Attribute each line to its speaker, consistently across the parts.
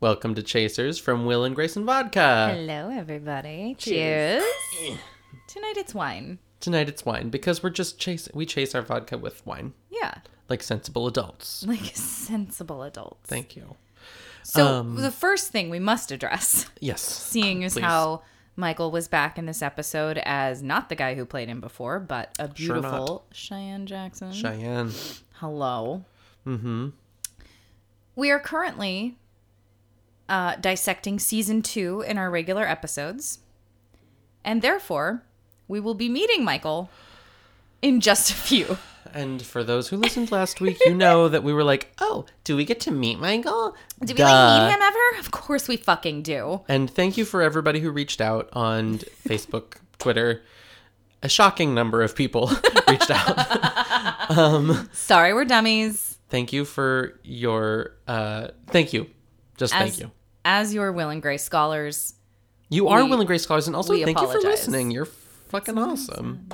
Speaker 1: Welcome to Chasers from Will and Grace and Vodka.
Speaker 2: Hello, everybody. Cheers. Tonight it's wine.
Speaker 1: Tonight it's wine because we're just chase we chase our vodka with wine
Speaker 2: Yeah.
Speaker 1: like sensible adults.
Speaker 2: Like sensible adults.
Speaker 1: Thank you.
Speaker 2: so, the first thing we must address,
Speaker 1: Yes.
Speaker 2: seeing as
Speaker 1: Please.
Speaker 2: how Michael was back in this episode as not the guy who played him before, but a
Speaker 1: Sure not.
Speaker 2: beautiful Cheyenne Jackson.
Speaker 1: Cheyenne.
Speaker 2: Hello. Mm hmm.
Speaker 1: Mm-hmm.
Speaker 2: We are currently uh, dissecting season two in our regular episodes. And therefore, we will be meeting Michael in just a few.
Speaker 1: And for those who listened last week, you know that we were like, "Oh, do we get to meet Michael?"
Speaker 2: Do we like meet him ever? Of course we fucking do.
Speaker 1: And thank you for everybody who reached out on Facebook, Twitter. A shocking number of people reached out.
Speaker 2: Sorry, we're dummies.
Speaker 1: Thank you for your uh thank you. Just
Speaker 2: As,
Speaker 1: thank you.
Speaker 2: As your Will and Grace scholars,
Speaker 1: You are
Speaker 2: We-
Speaker 1: Will and Grace scholars, and also
Speaker 2: we
Speaker 1: thank you for
Speaker 2: apologize.
Speaker 1: listening. You're fucking awesome.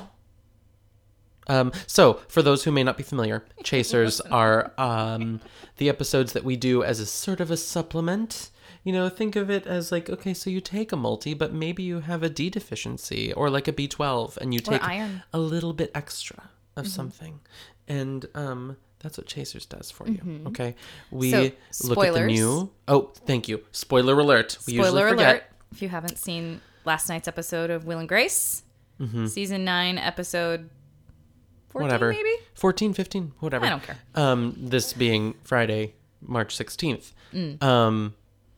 Speaker 1: Um, so, for those who may not be familiar, Chasers are um, the episodes that we do as a sort of a supplement. You know, think of it as like, okay, so you take a multi, but maybe you have a D deficiency or like a B12, and you
Speaker 2: Or
Speaker 1: take
Speaker 2: iron. Mm-hmm.
Speaker 1: a little bit extra of something. And um, that's what Chasers does for you. Okay. We
Speaker 2: Mm-hmm. So,
Speaker 1: look at the
Speaker 2: spoilers.
Speaker 1: new. Oh, thank you. Spoiler alert. We
Speaker 2: spoiler
Speaker 1: usually
Speaker 2: alert,
Speaker 1: forget.
Speaker 2: if you haven't seen last night's episode of Will and Grace, season nine, episode 14,
Speaker 1: Mm-hmm. whatever
Speaker 2: maybe?
Speaker 1: 14 15 whatever
Speaker 2: I don't care.
Speaker 1: um this being friday march 16th um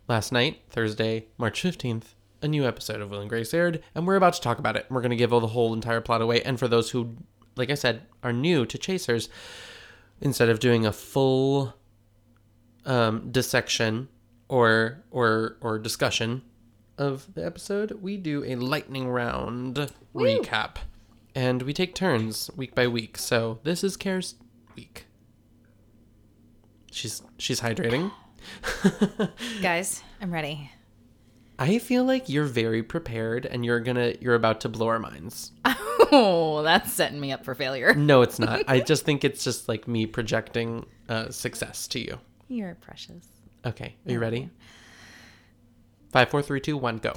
Speaker 1: last night thursday march 15th a new episode of will and grace aired and we're about to talk about it we're going to give all the whole entire plot away and for those who like i said are new to chasers instead of doing a full um dissection or or or discussion of the episode we do a lightning round recap and we take turns week by week. So this is Care's week. She's she's hydrating.
Speaker 2: Guys, I'm ready.
Speaker 1: I feel like you're very prepared and you're gonna you're about to blow our minds.
Speaker 2: Oh, that's setting me up for failure.
Speaker 1: No, it's not. I just think it's just like me projecting uh, success to you.
Speaker 2: You're precious.
Speaker 1: Okay, are you ready? Five, four, three, two, one, go.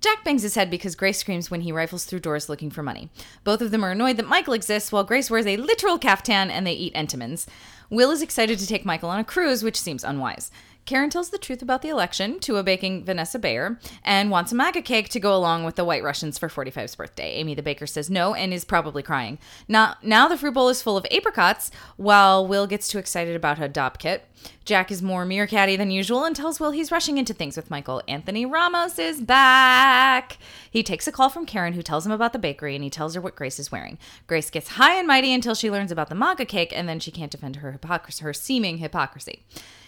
Speaker 2: Jack bangs his head because Grace screams when he rifles through doors looking for money. Both of them are annoyed that Michael exists while Grace wears a literal caftan and they eat Entenmann's. Will is excited to take Michael on a cruise, which seems unwise. Karen tells the truth about the election, Tua baking Vanessa Bayer, and wants a MAGA cake to go along with the White Russians for 45's birthday. Amy the baker says no and is probably crying. Now, now the fruit bowl is full of apricots, while Will gets too excited about her dob kit. Jack is more meerkatty than usual and tells Will he's rushing into things with Michael. Anthony Ramos is back. He takes a call from Karen, who tells him about the bakery, and he tells her what Grace is wearing. Grace gets high and mighty until she learns about the maga cake, and then she can't defend her hypocrisy, her seeming hypocrisy.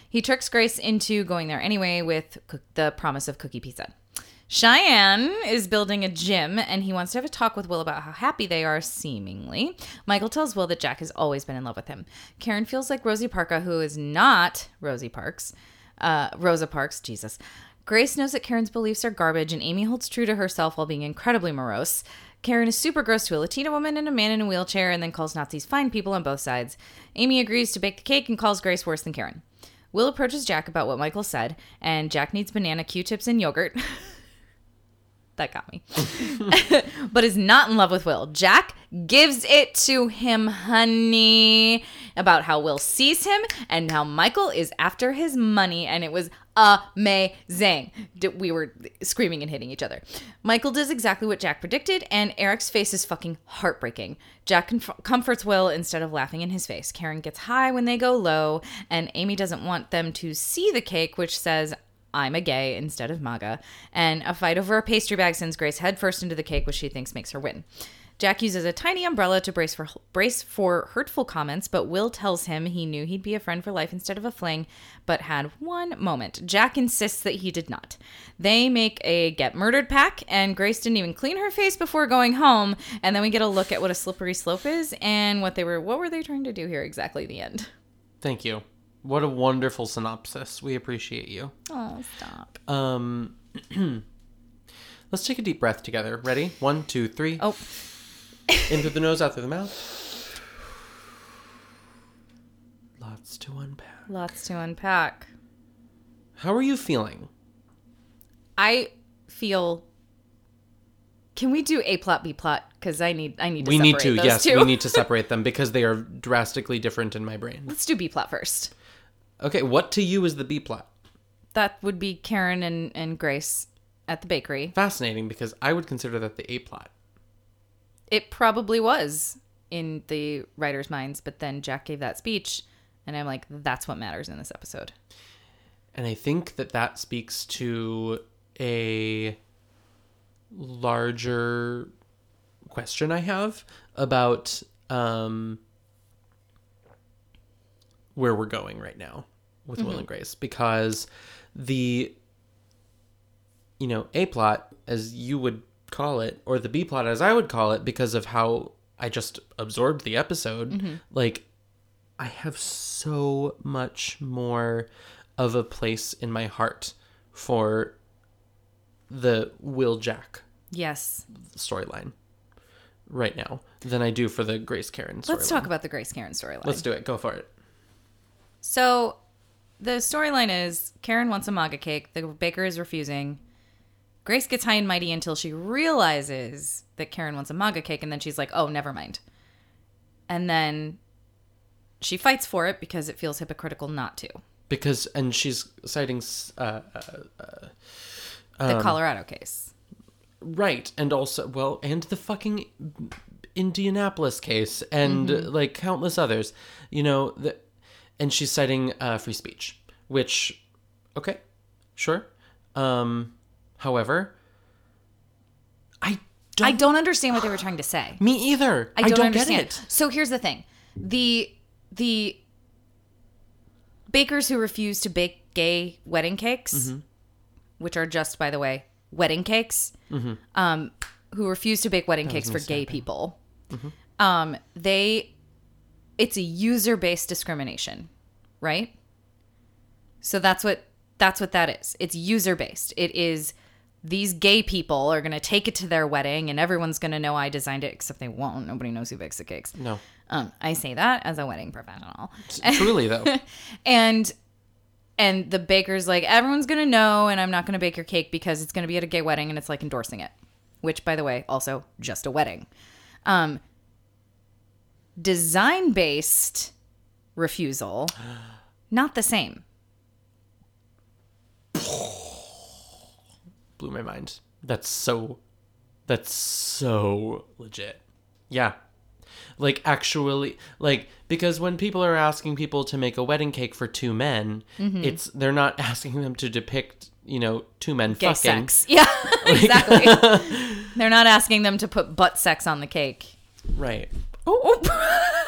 Speaker 2: He tricks Grace into going there anyway with cook- the promise of cookie pizza. Cheyenne is building a gym and he wants to have a talk with Will about how happy they are, seemingly. Michael tells Will that Jack has always been in love with him. Karen feels like Rosie Parka, who is not Rosie Parks, uh, Rosa Parks, Jesus. Grace knows that Karen's beliefs are garbage and Amy holds true to herself while being incredibly morose. Karen is super gross to a Latina woman and a man in a wheelchair and then calls Nazis fine people on both sides. Amy agrees to bake the cake and calls Grace worse than Karen. Will approaches Jack about what Michael said, and Jack needs banana Q tips and yogurt. that got me. but is not in love with Will. Jack gives it to him, honey, about how Will sees him and how Michael is after his money. And it was amazing. D- We were screaming and hitting each other. Michael does exactly what Jack predicted, and Eric's face is fucking heartbreaking. Jack conf- comforts Will instead of laughing in his face. Karen gets high when they go low, and Amy doesn't want them to see the cake, which says, I'm a gay instead of MAGA, and a fight over a pastry bag sends Grace headfirst into the cake, which she thinks makes her win. Jack uses a tiny umbrella to brace for brace for hurtful comments, but Will tells him he knew he'd be a friend for life instead of a fling, but had one moment. Jack insists that he did not. They make a get murdered pack, and Grace didn't even clean her face before going home. And then we get a look at what a slippery slope is and what they were what were they trying to do here exactly. The end.
Speaker 1: Thank you. What a wonderful synopsis. We appreciate you.
Speaker 2: Oh, stop.
Speaker 1: Um, let's take a deep breath together. Ready? One, two, three.
Speaker 2: Oh.
Speaker 1: In through the nose, out through the mouth. Lots to unpack.
Speaker 2: Lots to unpack.
Speaker 1: How are you feeling?
Speaker 2: I feel. Can we do a plot b plot? Because I need I need to
Speaker 1: we need to,
Speaker 2: separate those
Speaker 1: yes,
Speaker 2: two.
Speaker 1: we need to separate them because they are drastically different in my brain.
Speaker 2: Let's do b plot first.
Speaker 1: Okay, what to you is the B plot?
Speaker 2: That would be Karen and and Grace at the bakery.
Speaker 1: Fascinating because I would consider that the A plot.
Speaker 2: It probably was in the writers' minds, but then Jack gave that speech, and I'm like, that's what matters in this episode.
Speaker 1: And I think that that speaks to a larger question I have about um, where we're going right now with Will and Grace because the, you know, A plot, as you would call it, or the B plot, as I would call it, because of how I just absorbed the episode, like, I have so much more of a place in my heart for the Will Jack
Speaker 2: Yes.
Speaker 1: storyline right now than I do for the Grace Karen storyline.
Speaker 2: Let's talk about the Grace Karen storyline.
Speaker 1: Let's do it. Go for it.
Speaker 2: So the storyline is Karen wants a maga cake. The baker is refusing. Grace gets high and mighty until she realizes that Karen wants a maga cake, and then she's like, oh, never mind. And then she fights for it because it feels hypocritical not to.
Speaker 1: Because, and she's citing, s- uh,
Speaker 2: The Colorado case.
Speaker 1: right, and also, well, and the fucking Indianapolis case and uh,
Speaker 2: Mm-hmm.
Speaker 1: like countless others, you know, the, and she's citing uh, free speech, which, okay, sure. Um, however, I don't,
Speaker 2: I don't understand what they were trying to say.
Speaker 1: me either.
Speaker 2: I don't,
Speaker 1: get
Speaker 2: understand.
Speaker 1: it.
Speaker 2: So here's the thing: the the bakers who refuse to bake gay wedding cakes, which are just, by the way, wedding cakes, um, who refuse to bake wedding cakes for gay people, um, they it's a user based discrimination, right? So that's what that's what that is. It's user based. It is these gay people are going to take it to their wedding and everyone's going to know I designed it except they won't. Nobody knows who bakes the cakes.
Speaker 1: No,
Speaker 2: Um, I say that as a wedding professional.
Speaker 1: truly though.
Speaker 2: And and the baker's like everyone's going to know and I'm not going to bake your cake because it's going to be at a gay wedding and it's like endorsing it. Which by the way, also just a wedding. Um design based refusal not the same.
Speaker 1: blew my mind. That's so that's so legit. Yeah. Like actually like because when people are asking people to make a wedding cake for two men,
Speaker 2: Mm-hmm.
Speaker 1: it's they're not asking them to depict, you know, two men
Speaker 2: gay
Speaker 1: fucking.
Speaker 2: sex. Yeah, exactly. They're not asking them to put butt sex on the cake.
Speaker 1: Right.
Speaker 2: Oh,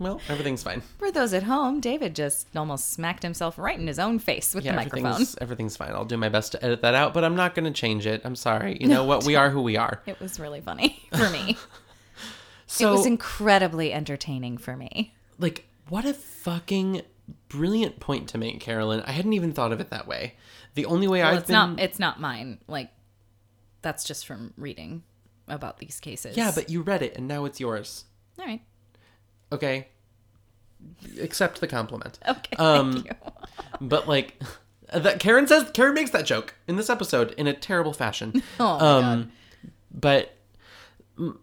Speaker 1: Well, everything's fine.
Speaker 2: for those at home, David just almost smacked himself right in his own face with
Speaker 1: Yeah,
Speaker 2: the microphone.
Speaker 1: everything's everything's fine. I'll do my best to edit that out, but I'm not going to change it. I'm sorry. You know what? We are who we are.
Speaker 2: It was really funny for me.
Speaker 1: So
Speaker 2: it was incredibly entertaining for me.
Speaker 1: like what a fucking brilliant point to make, Carolyn. I hadn't even thought of it that way. The only way
Speaker 2: Well,
Speaker 1: I've
Speaker 2: it's
Speaker 1: been
Speaker 2: not. It's not mine. Like that's just from reading about these cases.
Speaker 1: Yeah, but you read it and now it's yours.
Speaker 2: all right.
Speaker 1: Okay. Accept the compliment.
Speaker 2: Okay.
Speaker 1: Um,
Speaker 2: thank you.
Speaker 1: But like that Karen says Karen makes that joke in this episode in a terrible fashion.
Speaker 2: Oh my God.
Speaker 1: um but mm,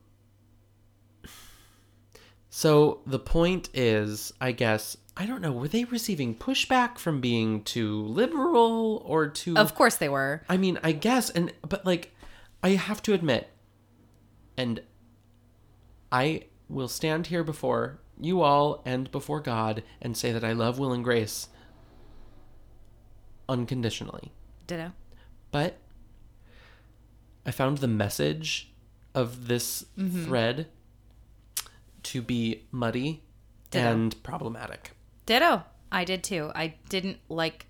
Speaker 1: so the point is, I guess, I don't know, were they receiving pushback from being too liberal or too
Speaker 2: Oh, Of course they were.
Speaker 1: I mean, I guess, and but like, I have to admit, and I will stand here before you all and before God and say that I love Will and Grace unconditionally.
Speaker 2: Ditto.
Speaker 1: But I found the message of this thread to be muddy
Speaker 2: Ditto.
Speaker 1: and problematic.
Speaker 2: Ditto. I did too. I didn't like.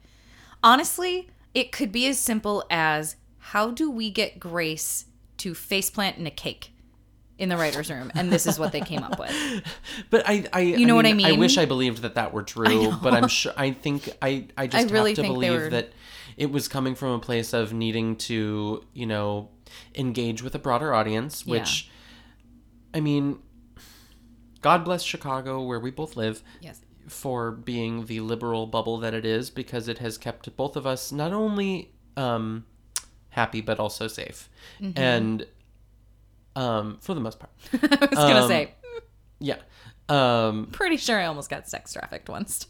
Speaker 2: Honestly, it could be as simple as how do we get Grace to faceplant in a cake in the writer's room? And this is what they came up with.
Speaker 1: But I, I you
Speaker 2: know what I
Speaker 1: I
Speaker 2: mean?
Speaker 1: wish I believed that that were true, but I'm sure. I think I, I just
Speaker 2: really
Speaker 1: have to
Speaker 2: think they
Speaker 1: believe
Speaker 2: were-
Speaker 1: that it was coming from a place of needing to, you know, engage with a broader audience. Which, I mean, God bless Chicago, where we both live.
Speaker 2: Yes.
Speaker 1: for being the liberal bubble that it is because it has kept both of us not only um, happy but also safe.
Speaker 2: Mm-hmm.
Speaker 1: And um, for the most part.
Speaker 2: I was gonna
Speaker 1: Um,
Speaker 2: say,
Speaker 1: Yeah. Um,
Speaker 2: pretty sure I almost got sex trafficked once.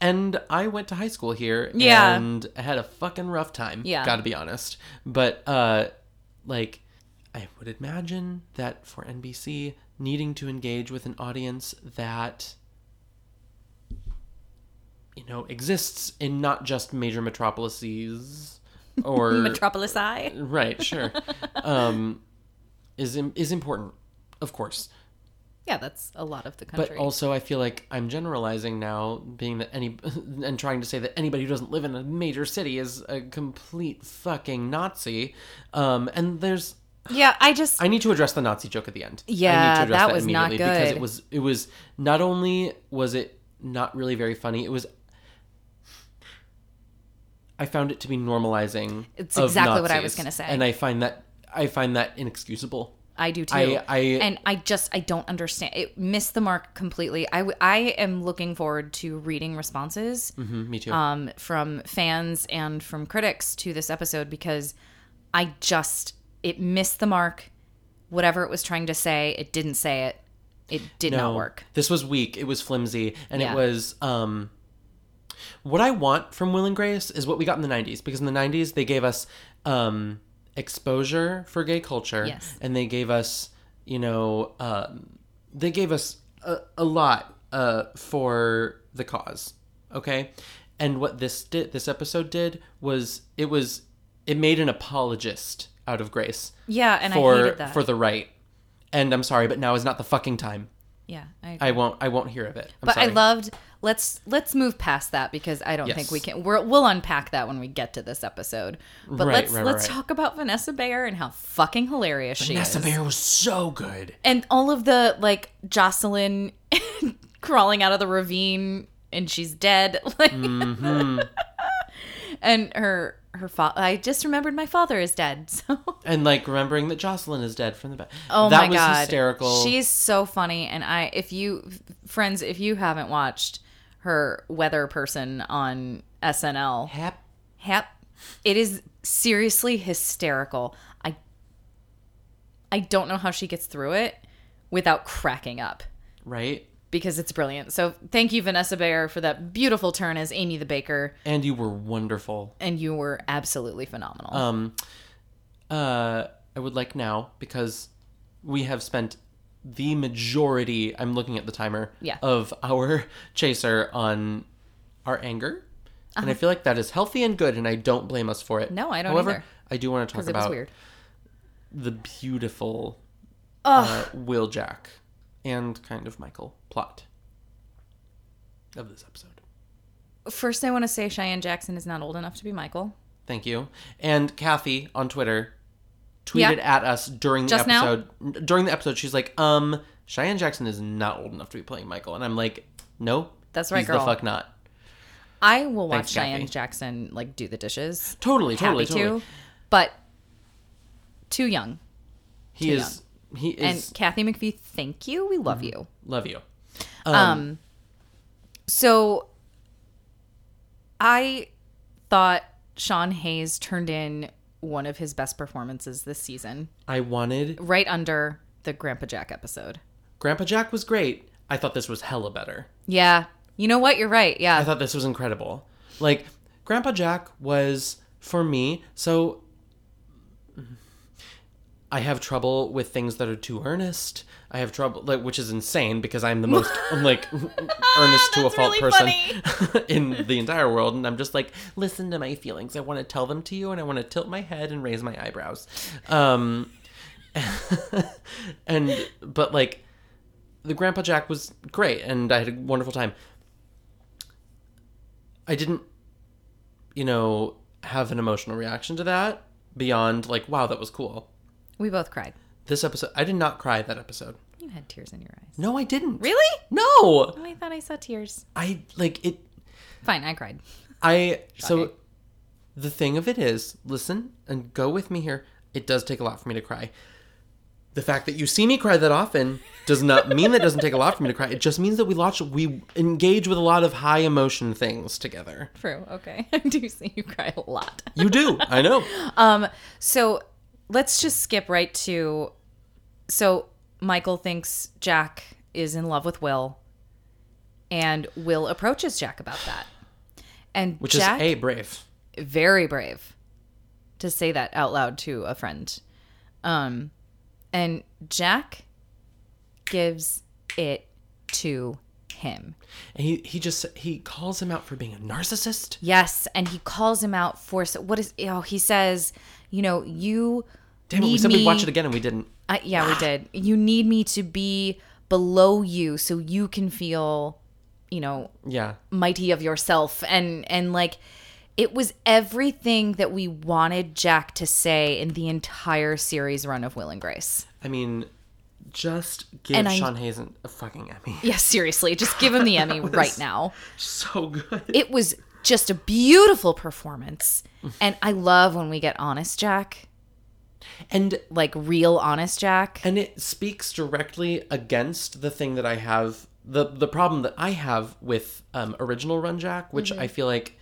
Speaker 1: and I went to high school here
Speaker 2: Yeah.
Speaker 1: and had a fucking rough time.
Speaker 2: Yeah.
Speaker 1: Gotta be honest. But uh like I would imagine that for NBC needing to engage with an audience that you know exists in not just major metropolises or
Speaker 2: Metropolis I.
Speaker 1: right, sure. um is im- is important, of course.
Speaker 2: Yeah, that's a lot of the country.
Speaker 1: But also, I feel like I'm generalizing now, being that any and trying to say that anybody who doesn't live in a major city is a complete fucking Nazi. Um, and there's,
Speaker 2: yeah, I just
Speaker 1: I need to address the Nazi joke at the end. I need to
Speaker 2: Yeah,
Speaker 1: address
Speaker 2: that was not
Speaker 1: immediately because it
Speaker 2: good.
Speaker 1: was, it was not only was it not really very funny, it was. I found it to be normalizing.
Speaker 2: It's
Speaker 1: of
Speaker 2: exactly what I
Speaker 1: Nazis,
Speaker 2: was gonna say.
Speaker 1: and I find that I find that inexcusable.
Speaker 2: I do too.
Speaker 1: I- I-
Speaker 2: and I just I don't understand. It missed the mark completely. I w- I am looking forward to reading responses
Speaker 1: hmm me too.
Speaker 2: um, from fans and from critics to this episode because I just it missed the mark. Whatever it was trying to say, it didn't say it. It did not
Speaker 1: No.
Speaker 2: work.
Speaker 1: This was weak. It was flimsy, and
Speaker 2: Yeah.
Speaker 1: it was um. What I want from Will and Grace is what we got in the '90s, because in the '90s they gave us um, exposure for gay culture,
Speaker 2: Yes.
Speaker 1: and they gave us, you know, um, they gave us a, a lot uh, for the cause. Okay, and what this did, this episode did, was it was it made an apologist out of Grace
Speaker 2: Yeah, and I
Speaker 1: for
Speaker 2: hated that.
Speaker 1: for the right. And I'm sorry, but now is not the fucking time.
Speaker 2: yeah, I,
Speaker 1: I won't. I won't hear of it. I'm
Speaker 2: but
Speaker 1: sorry.
Speaker 2: I loved. Let's let's move past that because I don't think
Speaker 1: Yes.
Speaker 2: we can. We're, we'll unpack that when we get to this episode. But
Speaker 1: Right,
Speaker 2: let's
Speaker 1: right, right,
Speaker 2: let's
Speaker 1: right.
Speaker 2: talk about Vanessa Bayer and how fucking hilarious she
Speaker 1: Vanessa
Speaker 2: is,
Speaker 1: Bayer was so good.
Speaker 2: and all of the like Jocelyn crawling out of the ravine and she's dead, like,
Speaker 1: Mm-hmm.
Speaker 2: and her her father. I just remembered my father is dead, so
Speaker 1: And like remembering that Jocelyn is dead from the back.
Speaker 2: oh
Speaker 1: that
Speaker 2: my
Speaker 1: was
Speaker 2: god,
Speaker 1: hysterical.
Speaker 2: She's so funny, and I if you friends if you haven't watched her weather person on SNL.
Speaker 1: Hap-
Speaker 2: Yep. It is seriously hysterical. I I don't know how she gets through it without cracking up
Speaker 1: right.
Speaker 2: because it's brilliant. So thank you Vanessa Bayer for that beautiful turn as Amy the Baker
Speaker 1: And you were wonderful.
Speaker 2: and you were absolutely phenomenal.
Speaker 1: Um, uh, I would like now because we have spent the majority. I'm looking at the timer.
Speaker 2: Yeah.
Speaker 1: Of our chaser on our anger, and I feel like that is healthy and good, and I don't blame us for it.
Speaker 2: Uh-huh. No, I don't
Speaker 1: However,
Speaker 2: either.
Speaker 1: I do want to talk
Speaker 2: it was
Speaker 1: about
Speaker 2: weird.
Speaker 1: the beautiful
Speaker 2: Ugh.
Speaker 1: uh, Will Jack and kind of Michael plot of this episode.
Speaker 2: First I want to say Cheyenne Jackson is not old enough to be Michael.
Speaker 1: Thank you. And Kathy on Twitter
Speaker 2: Yeah.
Speaker 1: tweeted at us during the
Speaker 2: Just now?
Speaker 1: episode. n- During the episode, she's like, "Um, Cheyenne Jackson is not old enough to be playing Michael," and I'm like, "No,
Speaker 2: That's right,
Speaker 1: he's
Speaker 2: girl."
Speaker 1: the fuck not."
Speaker 2: I will
Speaker 1: Thanks,
Speaker 2: watch
Speaker 1: Kathy.
Speaker 2: Cheyenne Jackson like do the dishes.
Speaker 1: Totally, totally,
Speaker 2: Happy
Speaker 1: totally.
Speaker 2: to. But too young.
Speaker 1: He is. He
Speaker 2: And
Speaker 1: is. Mm-hmm.
Speaker 2: Kathy McPhee, thank you. We love you.
Speaker 1: love you.
Speaker 2: Um, so I thought Sean Hayes turned in one of his best performances this season,
Speaker 1: I wanted
Speaker 2: right under the Grandpa Jack episode.
Speaker 1: Grandpa Jack was great. I thought this was hella better.
Speaker 2: Yeah. You know what? You're right.
Speaker 1: I
Speaker 2: Yeah.
Speaker 1: thought this was incredible. Like, Grandpa Jack was, for me, so I have trouble with things that are too earnest. I have trouble, like, which is insane because I'm the most, I'm like, earnest to a
Speaker 2: That's
Speaker 1: fault
Speaker 2: really
Speaker 1: person in the entire world. And I'm just like, listen to my feelings. I want to tell them to you and I want to tilt my head and raise my eyebrows. Um, and, but like, the Grandpa Jack was great and I had a wonderful time. I didn't, you know, have an emotional reaction to that beyond like, wow, that was cool.
Speaker 2: We both cried.
Speaker 1: This episode, I did not cry that episode.
Speaker 2: You had tears in your eyes.
Speaker 1: No, I didn't.
Speaker 2: Really?
Speaker 1: No,
Speaker 2: Oh, I thought I saw tears.
Speaker 1: I like it.
Speaker 2: Fine. I cried.
Speaker 1: I so the thing of it is, listen and go with me here. It does take a lot for me to cry. the fact that you see me cry that often does not mean that it doesn't take a lot for me to cry. It just means that we launch, we engage with a lot of high emotion things together.
Speaker 2: True. Okay. I do see you cry a lot.
Speaker 1: You do. I know.
Speaker 2: So let's just skip right to. So Michael thinks Jack is in love with Will, and Will approaches Jack about that. And
Speaker 1: Which
Speaker 2: Jack,
Speaker 1: is a brave.
Speaker 2: very brave to say that out loud to a friend. Um, and Jack gives it to him.
Speaker 1: And he, he just he calls him out for being a narcissist.
Speaker 2: Yes, and he calls him out for so- what is oh he says, you know, you
Speaker 1: Damn it,
Speaker 2: need
Speaker 1: we said
Speaker 2: me,
Speaker 1: we'd watch it again and we didn't.
Speaker 2: Uh, yeah, we did. You need me to be below you so you can feel, you know,
Speaker 1: Yeah.
Speaker 2: mighty of yourself and and like it was everything that we wanted Jack to say in the entire series run of Will and Grace.
Speaker 1: I mean, just give
Speaker 2: And I-
Speaker 1: Sean Hazen a fucking Emmy.
Speaker 2: Yeah, seriously, just give him the Emmy right now.
Speaker 1: So good.
Speaker 2: It was just a beautiful performance. And I love when we get honest Jack,
Speaker 1: And
Speaker 2: like real honest Jack.
Speaker 1: and it speaks directly against the thing that I have the the problem that I have with um, original Run Jack, which
Speaker 2: Mm-hmm.
Speaker 1: I feel like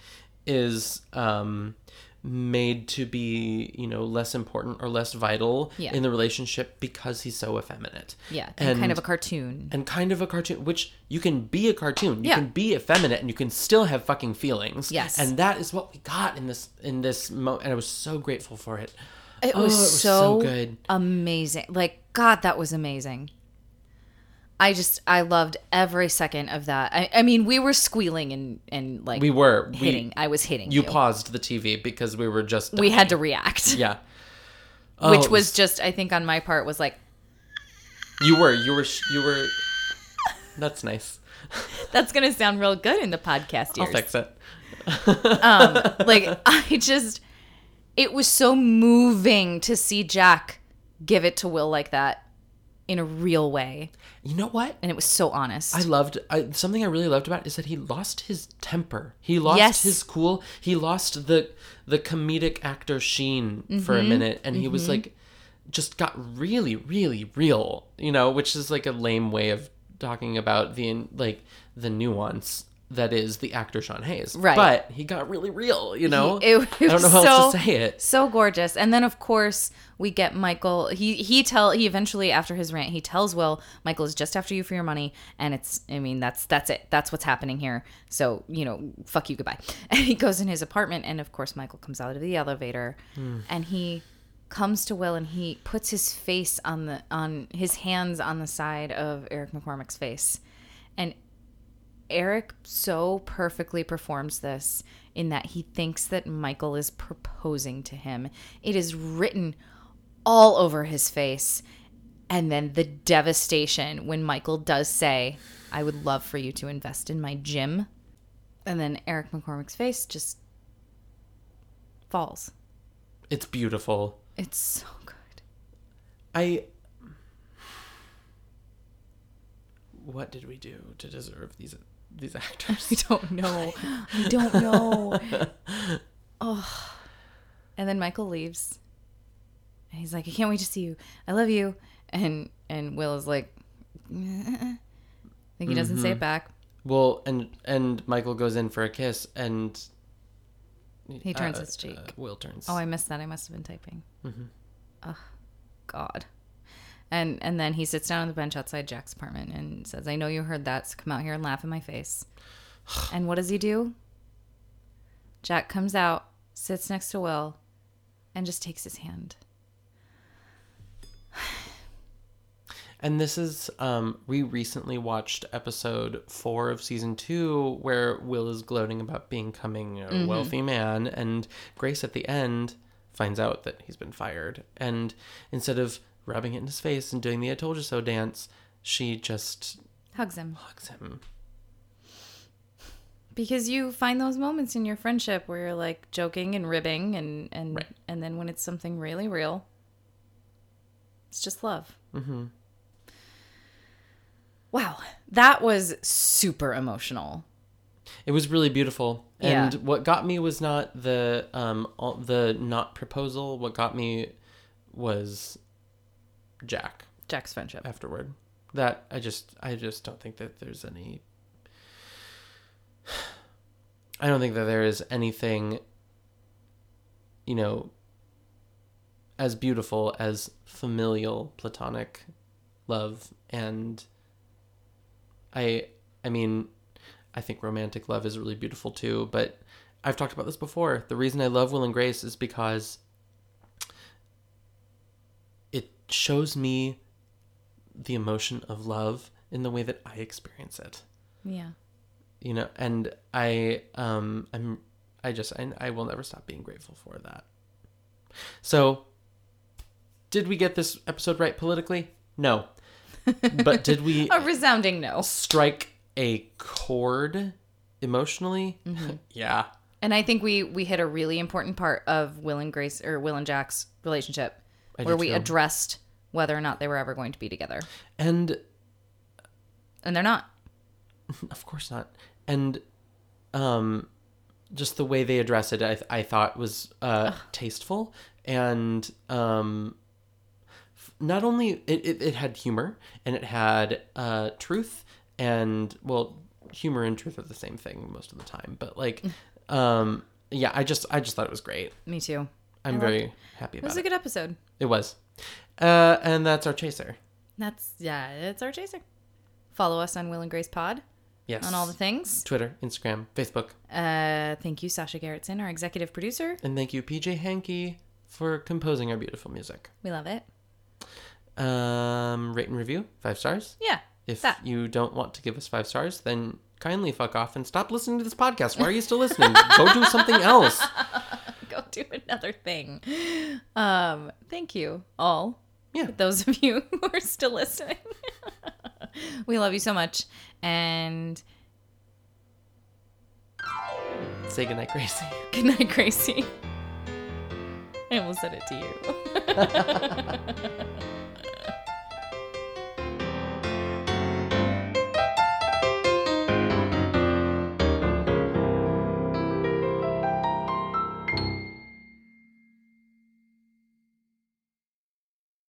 Speaker 1: is um, made to be you know less important or less vital
Speaker 2: Yeah.
Speaker 1: in the relationship because he's so effeminate.
Speaker 2: Yeah, and kind of a cartoon.
Speaker 1: and kind of a cartoon which you can be a cartoon you
Speaker 2: Yeah.
Speaker 1: can be effeminate and you can still have fucking feelings
Speaker 2: Yes.
Speaker 1: and that is what we got in this in this mo and i was so grateful for it
Speaker 2: It
Speaker 1: Oh,
Speaker 2: was,
Speaker 1: it was
Speaker 2: so,
Speaker 1: so good.
Speaker 2: amazing. Like God, that was amazing. I just I loved every second of that. I, I mean, we were squealing and and like
Speaker 1: we were we-
Speaker 2: hitting. I was hitting
Speaker 1: you
Speaker 2: you.
Speaker 1: paused the tv because we were just
Speaker 2: we had to react,
Speaker 1: yeah Oh,
Speaker 2: which
Speaker 1: it
Speaker 2: was just I think on my part was like
Speaker 1: you were you were sh- you were that's nice
Speaker 2: that's gonna sound real good in the podcast
Speaker 1: i'll
Speaker 2: ears. Um,
Speaker 1: fix it
Speaker 2: like I just it was so moving to see Jack give it to Will like that in a real way,
Speaker 1: you know what
Speaker 2: and it was so honest.
Speaker 1: I loved I, something I really loved about it is that he lost his temper. He lost
Speaker 2: Yes.
Speaker 1: his cool. He lost the the comedic actor sheen for a
Speaker 2: Mm-hmm.
Speaker 1: minute, and he was like, just got really, really real. You know, which is like a lame way of talking about the like the nuance that is the actor Sean Hayes.
Speaker 2: Right.
Speaker 1: But he got really real. You know,
Speaker 2: it
Speaker 1: I don't
Speaker 2: was
Speaker 1: know how else
Speaker 2: so-
Speaker 1: to say it.
Speaker 2: so gorgeous and then of course we get michael he he tell he eventually after his rant he tells will michael is just after you for your money and it's i mean that's that's it that's what's happening here so you know fuck you goodbye and he goes in his apartment and of course michael comes out of the elevator and he comes to will and he puts his face on the on his hands on the side of eric mccormick's face and Eric so perfectly performs this in that he thinks that Michael is proposing to him. It is written all over his face. And then the devastation when Michael does say, I would love for you to invest in my gym. And then Eric McCormick's face just falls.
Speaker 1: It's beautiful.
Speaker 2: It's so good.
Speaker 1: I. What did we do to deserve these these actors?
Speaker 2: I don't know. I don't know. oh. And then Michael leaves. And he's like, I can't wait to see you. I love you. And and Will is like, "Eh." like he doesn't say it back.
Speaker 1: Well, and and Michael goes in for a kiss, and
Speaker 2: He turns
Speaker 1: uh,
Speaker 2: his cheek.
Speaker 1: uh, Will turns.
Speaker 2: oh, I missed that. I must have been typing. Oh, God. And and then he sits down on the bench outside Jack's apartment and says, I know you heard that, so come out here and laugh in my face. and what does he do? Jack comes out, sits next to Will, and just takes his hand.
Speaker 1: and this is um we recently watched episode four of season two where Will is gloating about becoming a
Speaker 2: Mm-hmm.
Speaker 1: wealthy man, and Grace at the end finds out that he's been fired, and instead of rubbing it in his face and doing the "I told you so" dance, she just
Speaker 2: Hugs him.
Speaker 1: hugs him.
Speaker 2: Because you find those moments in your friendship where you're like joking and ribbing and and
Speaker 1: Right.
Speaker 2: and then when it's something really real, it's just love. Mm-hmm. Wow, that was super emotional.
Speaker 1: It was really beautiful.
Speaker 2: Yeah.
Speaker 1: And what got me was not the um all, the not proposal. What got me was Jack
Speaker 2: Jack's friendship.
Speaker 1: afterward. That I just I just don't think that there's any I don't think that there is anything you know as beautiful as familial platonic love and I I mean I think romantic love is really beautiful too, but I've talked about this before. The reason I love Will and Grace is because it shows me the emotion of love in the way that I experience it.
Speaker 2: Yeah.
Speaker 1: You know, and I um I'm I just I, I will never stop being grateful for that. So did we get this episode right politically? No. But did we
Speaker 2: A resounding no.
Speaker 1: strike a chord emotionally? yeah.
Speaker 2: And I think we we hit a really important part of Will and Grace or Will and Jack's relationship
Speaker 1: I do
Speaker 2: where we
Speaker 1: too.
Speaker 2: addressed whether or not they were ever going to be together.
Speaker 1: And
Speaker 2: And they're not.
Speaker 1: Of course not. And um just the way they address it I I thought was uh tasteful and um f- not only it, it, it had humor and it had uh truth and well humor and truth are the same thing most of the time but like
Speaker 2: Mm.
Speaker 1: um yeah I just I just thought it was great
Speaker 2: Me too.
Speaker 1: I'm very happy
Speaker 2: It was
Speaker 1: about
Speaker 2: a
Speaker 1: it
Speaker 2: good episode.
Speaker 1: it was uh and that's our chaser
Speaker 2: That's yeah, it's our chaser. Follow us on Will and Grace Pod
Speaker 1: yes
Speaker 2: on all the things.
Speaker 1: Twitter Instagram Facebook
Speaker 2: Uh thank you, Sasha Garrettson, our executive producer.
Speaker 1: and thank you PJ Hankey for composing our beautiful music
Speaker 2: We love it.
Speaker 1: Um, rate and review five stars.
Speaker 2: Yeah.
Speaker 1: If
Speaker 2: that.
Speaker 1: you don't want to give us five stars, then kindly fuck off and stop listening to this podcast. Why are you still listening? Go do something else.
Speaker 2: Go do another thing. Um, thank you all.
Speaker 1: Yeah.
Speaker 2: Those of you who are still listening. we love you so much. And
Speaker 1: Say goodnight, Gracie.
Speaker 2: Good night, Gracie. I almost said it to you.